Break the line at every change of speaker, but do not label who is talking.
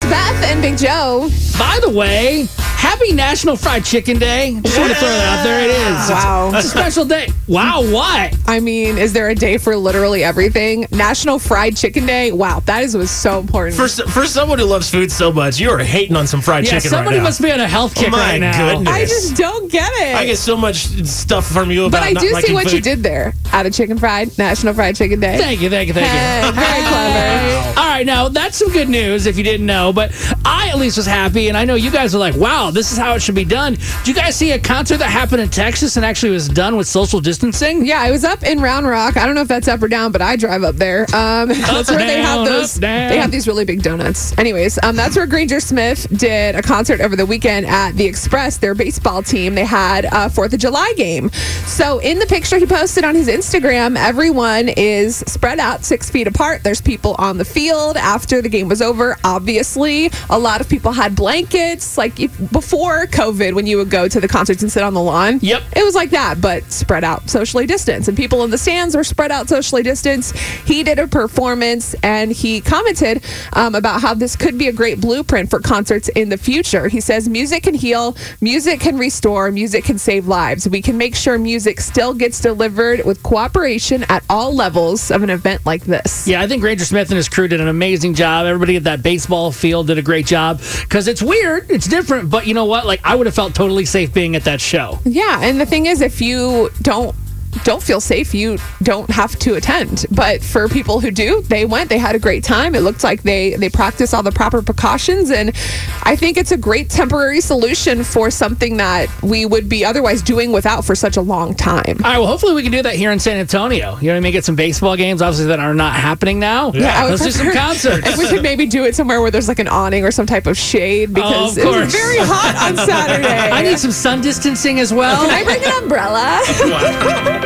Beth and Big Joe.
By the way, happy National Fried Chicken Day. Just want to throw that out there. It is.
Wow.
It's a special day. Wow, what?
I mean, is there a day for literally everything? National Fried Chicken Day. Wow, that is was so important.
For, s- for someone who loves food so much, you are hating on some fried
Yeah,
chicken
somebody
right now. Oh
must be on a health kick
my
right now.
goodness.
I just don't get it.
I get so much stuff from you about
but I
not
do see
liking
what you
food.
did there. Out of chicken fried, National Fried Chicken Day.
Thank you, thank you, thank you.
Hey, very clever.
All right, now that's some good news if you didn't know, but I at least was happy, and I know you guys are like, wow, this is how it should be done. Did you guys see a concert that happened in Texas and actually was done with social distancing?
Yeah, I was up in Round Rock. I don't know if that's up or down, but I drive up there. Um, that's where they have
down,
those.
up, down.
They have these really big donuts. Anyways, um, that's where Granger Smith did a concert over the weekend at the Express. Their baseball team. They had a Fourth of July game. So in the picture he posted on his Instagram, everyone is spread out six feet apart. There's people on the field after the game was over. Obviously, a lot of people had blankets. Like if, before COVID, when you would go to the concerts and sit on the lawn.
Yep.
It was like that, but spread out socially distance. And people in the stands were spread out socially distance. He did a performance and he commented um, about how this could be a great blueprint for concerts in the future. He says, Music can heal, music can restore, music can save lives. We can make sure music still gets delivered with cooperation at all levels of an event like this.
Yeah, I think Ranger Smith and his crew did an amazing job. Everybody at that baseball field did a great job because it's weird, it's different, but you know what? Like, I would have felt totally safe being at that show.
Yeah, and the thing is, if you don't don't feel safe, you don't have to attend. But for people who do, they went. They had a great time. It looked like they they practiced all the proper precautions, and I think it's a great temporary solution for something that we would be otherwise doing without for such a long time.
All right, well, hopefully we can do that here in San Antonio. You know what I mean? Get some baseball games, obviously, that are not happening now.
I would
Let's do some
prefer-
concerts.
If we could maybe do it somewhere where there's like an awning or some type of shade, because
Oh, of
it
course.
was very hot on Saturday.
I need some sun distancing as well.
Can I bring an umbrella?
Wow.